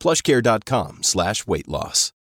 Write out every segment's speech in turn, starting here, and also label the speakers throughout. Speaker 1: Plushcare.com slash weight loss.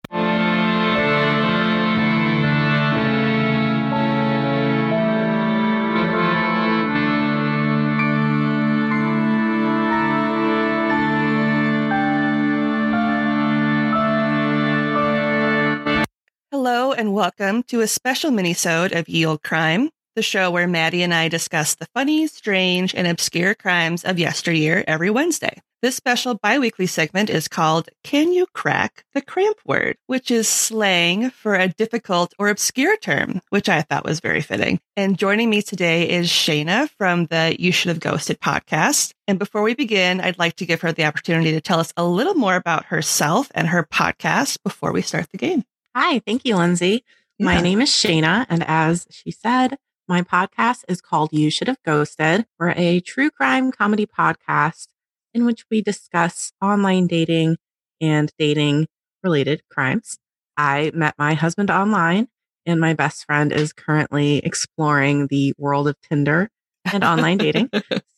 Speaker 2: Hello and welcome to a special minisode of Yield Crime, the show where Maddie and I discuss the funny, strange, and obscure crimes of yesteryear every Wednesday. This special biweekly segment is called Can You Crack the Cramp Word, which is slang for a difficult or obscure term, which I thought was very fitting. And joining me today is Shayna from the You Should Have Ghosted podcast. And before we begin, I'd like to give her the opportunity to tell us a little more about herself and her podcast before we start the game.
Speaker 3: Hi, thank you, Lindsay. My
Speaker 2: Yeah.
Speaker 3: name is Shayna, and as she said, my podcast is called You Should Have Ghosted. We're a true crime comedy podcast in which we discuss online dating and dating related crimes. I met my husband online, and my best friend is currently exploring the world of Tinder and online dating.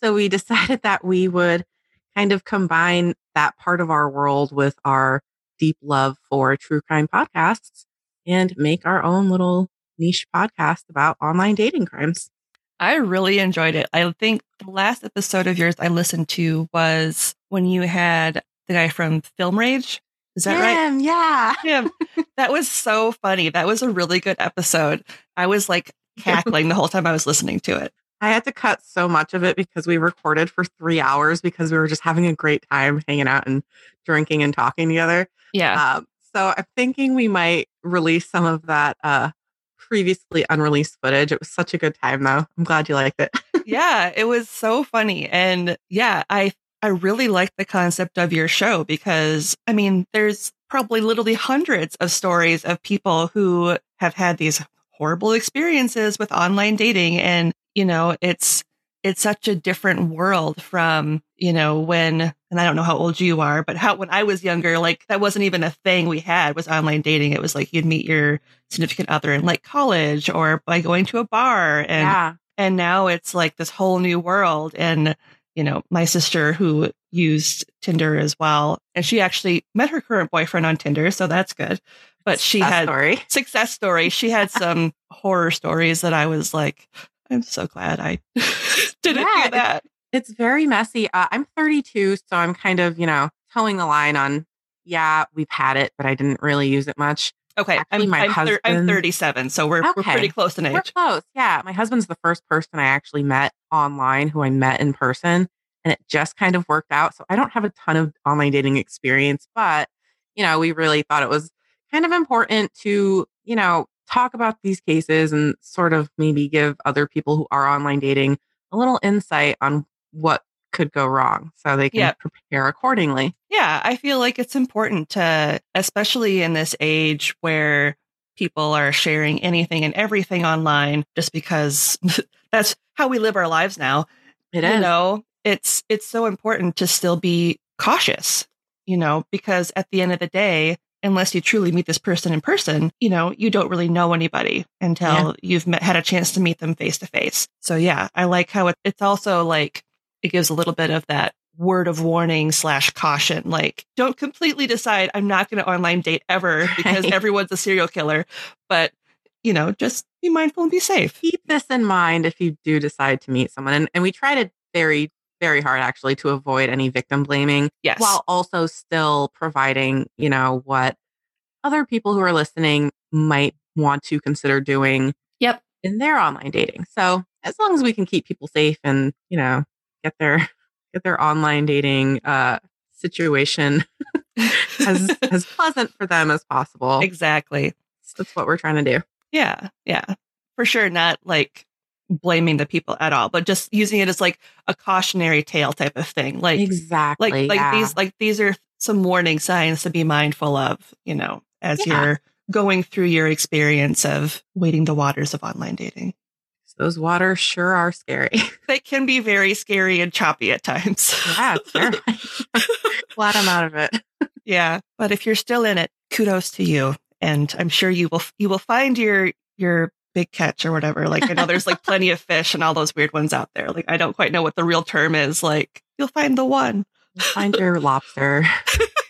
Speaker 3: So we decided that we would kind of combine that part of our world with our deep love for true crime podcasts and make our own little niche podcast about online dating crimes.
Speaker 2: I really enjoyed it. I think the last episode of yours I listened to was when you had the guy from Film Rage. Is that right?
Speaker 3: Damn, Yeah.
Speaker 2: Him. That was so funny. That was a really good episode. I was like cackling the whole time I was listening to it.
Speaker 3: I had to cut so much of it because we recorded for three hours because we were just having a great time hanging out and drinking and talking together.
Speaker 2: Yeah.
Speaker 3: Um, so I'm thinking we might release some of that uh, previously unreleased footage. It was such a good time, though. I'm glad you liked it.
Speaker 2: yeah, it was so funny. And yeah, I I really liked the concept of your show because I mean, there's probably literally hundreds of stories of people who have had these horrible experiences with online dating and, you know, it's it's such a different world from, you know, when and I don't know how old you are, but how when I was younger, like that wasn't even a thing we had was online dating. It was like you'd meet your significant other in like college or by going to a bar and and now it's like this whole new world and you know my sister who used tinder as well and she actually met her current boyfriend on tinder so that's good but she
Speaker 3: That
Speaker 2: had
Speaker 3: story.
Speaker 2: success story she had some horror stories that i was like i'm so glad i didn't
Speaker 3: Yeah,
Speaker 2: do that
Speaker 3: it's very messy. Uh, I'm 32, so I'm kind of, you know, towing the line on, yeah, we've had it, but I didn't really use it much.
Speaker 2: okay
Speaker 3: actually,
Speaker 2: i'm
Speaker 3: my
Speaker 2: I'm, thir- I'm
Speaker 3: husband-
Speaker 2: 37 so we're, we're
Speaker 3: Okay.
Speaker 2: pretty close in
Speaker 3: We're
Speaker 2: age
Speaker 3: close. Yeah. My husband's the first person I actually met online who I met in person, and it just kind of worked out. So I don't have a ton of online dating experience, but, you know, we really thought it was kind of important to, you know, talk about these cases and sort of maybe give other people who are online dating a little insight on what could go wrong so they can
Speaker 2: Yeah.
Speaker 3: prepare accordingly.
Speaker 2: Yeah, I feel like it's important to, especially in this age where people are sharing anything and everything online just because that's how we live our lives now.
Speaker 3: It
Speaker 2: you
Speaker 3: is.
Speaker 2: know, it's it's so important to still be cautious, you know, because at the end of the day, unless you truly meet this person in person, you know, you don't really know anybody until you've met, had a chance to meet them face to face. So yeah, I like how it, it's also like it gives a little bit of that word of warning slash caution like don't completely decide i'm not going to online date ever because
Speaker 3: Right.
Speaker 2: everyone's a serial killer but you know just be mindful and be safe
Speaker 3: Keep this in mind if you do decide to meet someone. And, and we try to very, very hard actually to avoid any victim blaming
Speaker 2: yes
Speaker 3: while also still providing, you know, what other people who are listening might want to consider doing
Speaker 2: Yep.
Speaker 3: in their online dating. So as long as we can keep people safe and, you know, get their get their online dating uh situation as as pleasant for them as possible.
Speaker 2: exactly
Speaker 3: That's what we're trying to do.
Speaker 2: Yeah, yeah, for sure. Not like blaming the people at all, but just using it as like a cautionary tale type of thing. Like,
Speaker 3: exactly.
Speaker 2: like, like
Speaker 3: yeah.
Speaker 2: these, like these are some warning signs to be mindful of. You know, as
Speaker 3: Yeah.
Speaker 2: you're going through your experience of wading the waters of online dating.
Speaker 3: Those waters sure are scary.
Speaker 2: They can be very scary and choppy at times.
Speaker 3: yeah, sure. Glad I'm out of it.
Speaker 2: Yeah, but if you're still in it, kudos to you, and I'm sure you will you will find your your big catch or whatever. Like I know there's like plenty of fish and all those weird ones out there. Like I don't quite know what the real term is. Like you'll find the one.
Speaker 3: Find your lobster.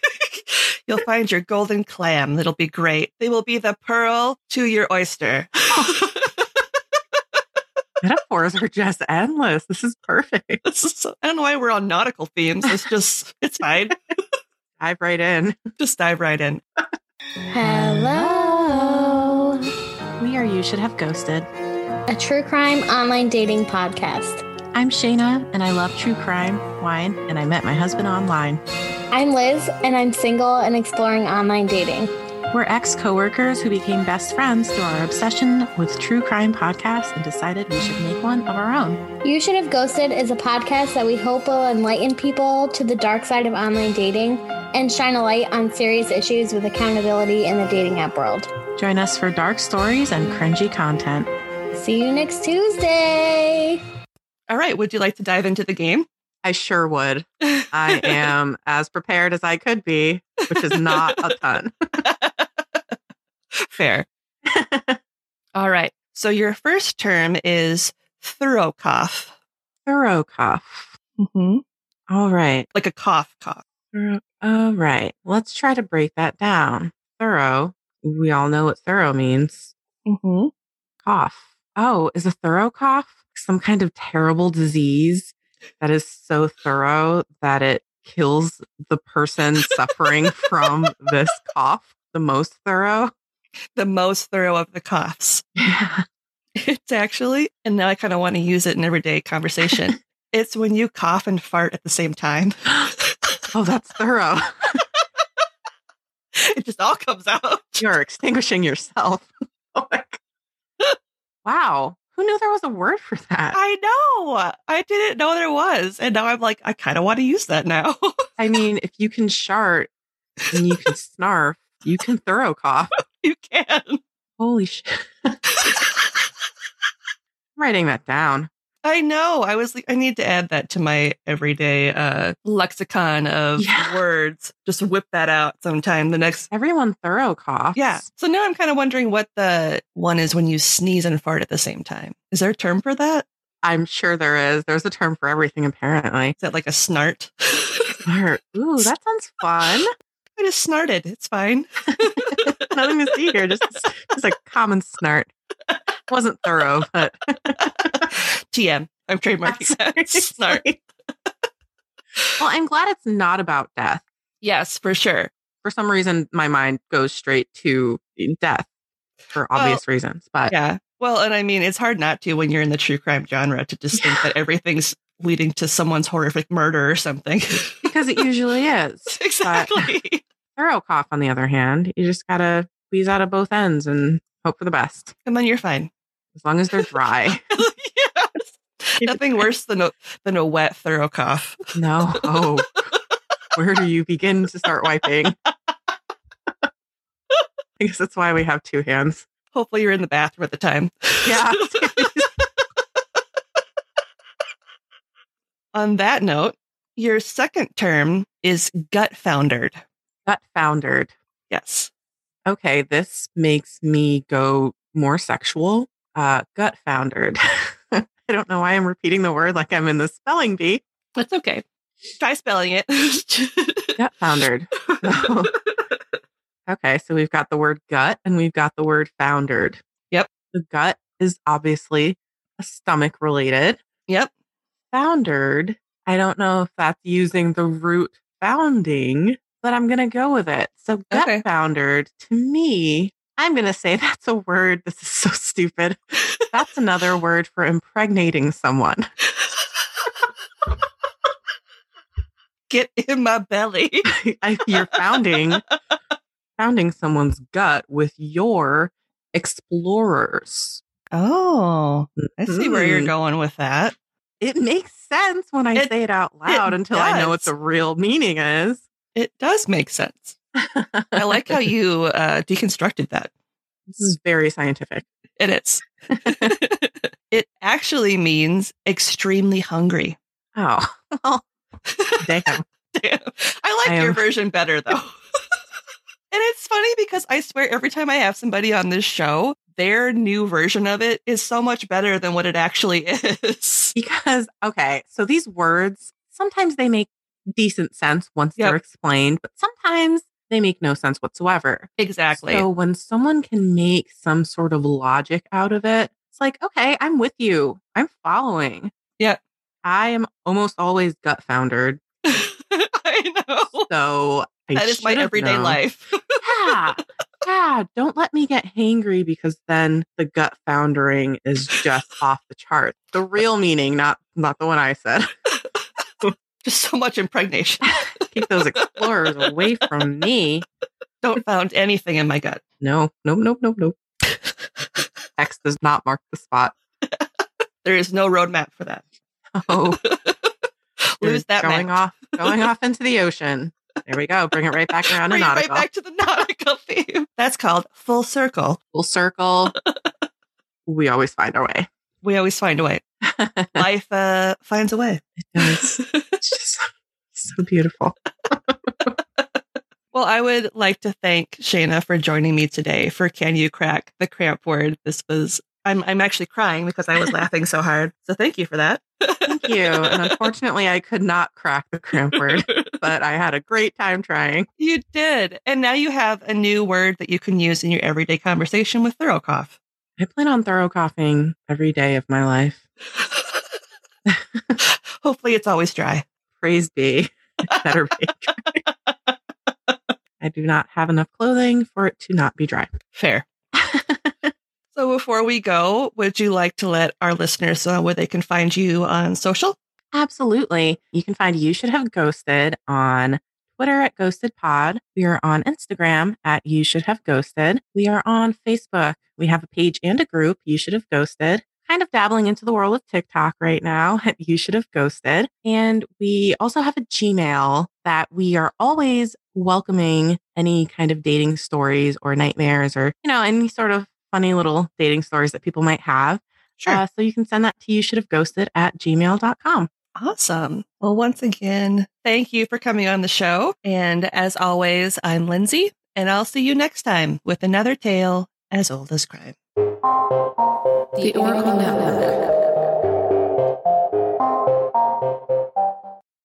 Speaker 2: You'll find your golden clam. That'll be great. They will be the pearl to your oyster.
Speaker 3: Metaphors are just endless. This is perfect.
Speaker 2: this is, I don't know why we're on nautical themes. It's just, it's fine.
Speaker 3: Dive right in.
Speaker 2: Just dive right in.
Speaker 4: Hello,
Speaker 3: Me or you should have ghosted.
Speaker 4: a true crime online dating podcast.
Speaker 3: I'm Shayna, and I love true crime, wine, and I met my husband online.
Speaker 4: I'm Liz, and I'm single and exploring online dating.
Speaker 3: We're ex coworkers who became best friends through our obsession with true crime podcasts and decided we should make one of our own.
Speaker 4: You Should Have Ghosted is a podcast that we hope will enlighten people to the dark side of online dating and shine a light on serious issues with accountability in the dating app world.
Speaker 3: Join us for dark stories and cringy content.
Speaker 4: See you next Tuesday.
Speaker 2: All right. Would you like to dive into the game?
Speaker 3: I sure would. I am as prepared as I could be, which is not a ton.
Speaker 2: Fair. All right. So your first term is thorough cough,
Speaker 3: Thorough cough.
Speaker 2: mm-hmm.
Speaker 3: All right.
Speaker 2: like a cough cough.
Speaker 3: Thorough. All right. Let's try to break that down. Thorough. We all know what thorough means.
Speaker 2: Mm-hmm.
Speaker 3: Cough. Oh, is a thorough cough some kind of terrible disease that is so thorough that it kills the person suffering from this cough? The most thorough?
Speaker 2: The most thorough of the coughs.
Speaker 3: Yeah.
Speaker 2: It's actually, and now I kind of want to use it in everyday conversation. it's when you cough and fart at the same time.
Speaker 3: Oh, that's thorough.
Speaker 2: it just all comes out.
Speaker 3: You're extinguishing yourself. Oh my God. Wow. Who knew there was a word for that?
Speaker 2: I know. I didn't know there was. And now I'm like, I kind of want to use that now.
Speaker 3: I mean, if you can shart and you can snarf, you can thorough cough.
Speaker 2: you can.
Speaker 3: Holy shit. I'm writing that down.
Speaker 2: I know. I was like, I need to add that to my everyday uh, lexicon of
Speaker 3: Yeah.
Speaker 2: words. Just whip that out sometime the next.
Speaker 3: Everyone thorough coughs.
Speaker 2: Yeah. So now I'm kind of wondering what the one is when you sneeze and fart at the same time. Is there a term for that?
Speaker 3: I'm sure there is. There's a term for everything, apparently.
Speaker 2: Is that like a snart?
Speaker 3: Snart. Ooh, that sounds fun.
Speaker 2: I just snarted. It's fine.
Speaker 3: Nothing to see here. Just, just a common snart. Wasn't thorough, but
Speaker 2: TM. I'm trademarking that. Snart.
Speaker 3: Well, I'm glad it's not about death.
Speaker 2: Yes, for sure.
Speaker 3: for some reason my mind goes straight to death for
Speaker 2: Well,
Speaker 3: obvious reasons but
Speaker 2: Yeah. Well, and I mean, it's hard not to when you're in the true crime genre to just think that everything's leading to someone's horrific murder or something.
Speaker 3: because it usually is
Speaker 2: exactly.
Speaker 3: thorough cough on the other hand you just gotta squeeze out of both ends and hope for the best
Speaker 2: and then you're fine.
Speaker 3: as long as they're dry
Speaker 2: yes. Nothing worse than a than a wet thorough cough.
Speaker 3: no oh where do you begin to start wiping i guess that's why we have two hands
Speaker 2: Hopefully, you're in the bathroom at the time.
Speaker 3: yeah
Speaker 2: On that note, your second term is gut foundered.
Speaker 3: gut foundered
Speaker 2: Yes.
Speaker 3: okay this makes me go more sexual uh gut foundered i don't know why i'm repeating the word like i'm in the spelling bee
Speaker 2: That's okay. Try spelling it.
Speaker 3: gut foundered So- okay so we've got the word gut and we've got the word foundered
Speaker 2: Yep.
Speaker 3: the gut is obviously a stomach related
Speaker 2: yep.
Speaker 3: foundered i don't know if that's using the root founding but i'm gonna go with it so gut
Speaker 2: Okay.
Speaker 3: foundered to me i'm gonna say that's a word this is so stupid that's another word for impregnating someone
Speaker 2: Get in my belly.
Speaker 3: I- you're founding founding someone's gut with your explorers
Speaker 2: Oh, I see where you're
Speaker 3: Mhm.
Speaker 2: going with that.
Speaker 3: it makes sense when i
Speaker 2: It-
Speaker 3: say it out loud
Speaker 2: it
Speaker 3: until i know what
Speaker 2: does.
Speaker 3: the real meaning is
Speaker 2: It does make sense. I like how you uh, deconstructed that.
Speaker 3: this is very scientific.
Speaker 2: It is. it actually means extremely hungry.
Speaker 3: Oh, well, damn.
Speaker 2: Damn. I like
Speaker 3: I
Speaker 2: your
Speaker 3: am-
Speaker 2: version better though. and it's funny because I swear every time I have somebody on this show, their new version of it is so much better than what it actually is.
Speaker 3: Because, okay, so these words, sometimes they make decent sense once
Speaker 2: Yep.
Speaker 3: they're explained, but sometimes they make no sense whatsoever.
Speaker 2: Exactly.
Speaker 3: So when someone can make some sort of logic out of it, it's like, okay, I'm with you. I'm following.
Speaker 2: Yeah.
Speaker 3: I am almost always gut foundered.
Speaker 2: I know.
Speaker 3: So I
Speaker 2: that is my
Speaker 3: should have
Speaker 2: everyday
Speaker 3: known.
Speaker 2: life.
Speaker 3: yeah. Yeah. Don't let me get hangry because then the gut foundering is just off the chart. The real meaning, not not the one I said.
Speaker 2: Just so much impregnation.
Speaker 3: Keep those explorers away from me.
Speaker 2: Don't found anything in my gut.
Speaker 3: No, nope, nope, nope, nope. X does not mark the spot.
Speaker 2: There is no roadmap for that.
Speaker 3: Oh, you're
Speaker 2: Lose that
Speaker 3: going
Speaker 2: map.
Speaker 3: off, going off into the ocean. There we go. Bring it right back around to
Speaker 2: Bring it right
Speaker 3: nautical.
Speaker 2: back to the nautical theme. That's called full circle.
Speaker 3: Full circle. we always find our way.
Speaker 2: We always find a way. Life uh, finds a way.
Speaker 3: It does. It's just so beautiful.
Speaker 2: Well, I would like to thank Shayna for joining me today for Can You Crack the Cramp Word? This was, I'm, I'm actually crying because I was laughing so hard. So thank you for that.
Speaker 3: Thank you. And unfortunately, I could not crack the cramp word, but I had a great time trying.
Speaker 2: You did. And now you have a new word that you can use in your everyday conversation with thorough cough.
Speaker 3: I plan on thorough coughing every day of my life.
Speaker 2: Hopefully it's always dry.
Speaker 3: Praise be. It better be. I do not have enough clothing for it to not be dry.
Speaker 2: Fair. So before we go, would you like to let our listeners know where they can find you on social?
Speaker 3: Absolutely. You can find You Should Have Ghosted on Twitter at Ghosted Pod. We are on Instagram at You Should Have Ghosted. We are on Facebook. We have a page and a group, You Should Have Ghosted. Kind of dabbling into the world of TikTok right now at You Should Have Ghosted. And we also have a Gmail that we are always welcoming any kind of dating stories or nightmares or, you know, any sort of funny little dating stories that people might have. Uh, so you can send that to you should have ghosted at gmail.com.
Speaker 2: Awesome. Well, once again, thank you for coming on the show. And as always, I'm Lindsay, and I'll see you next time with another tale as old as crime.
Speaker 5: The Oracle Network.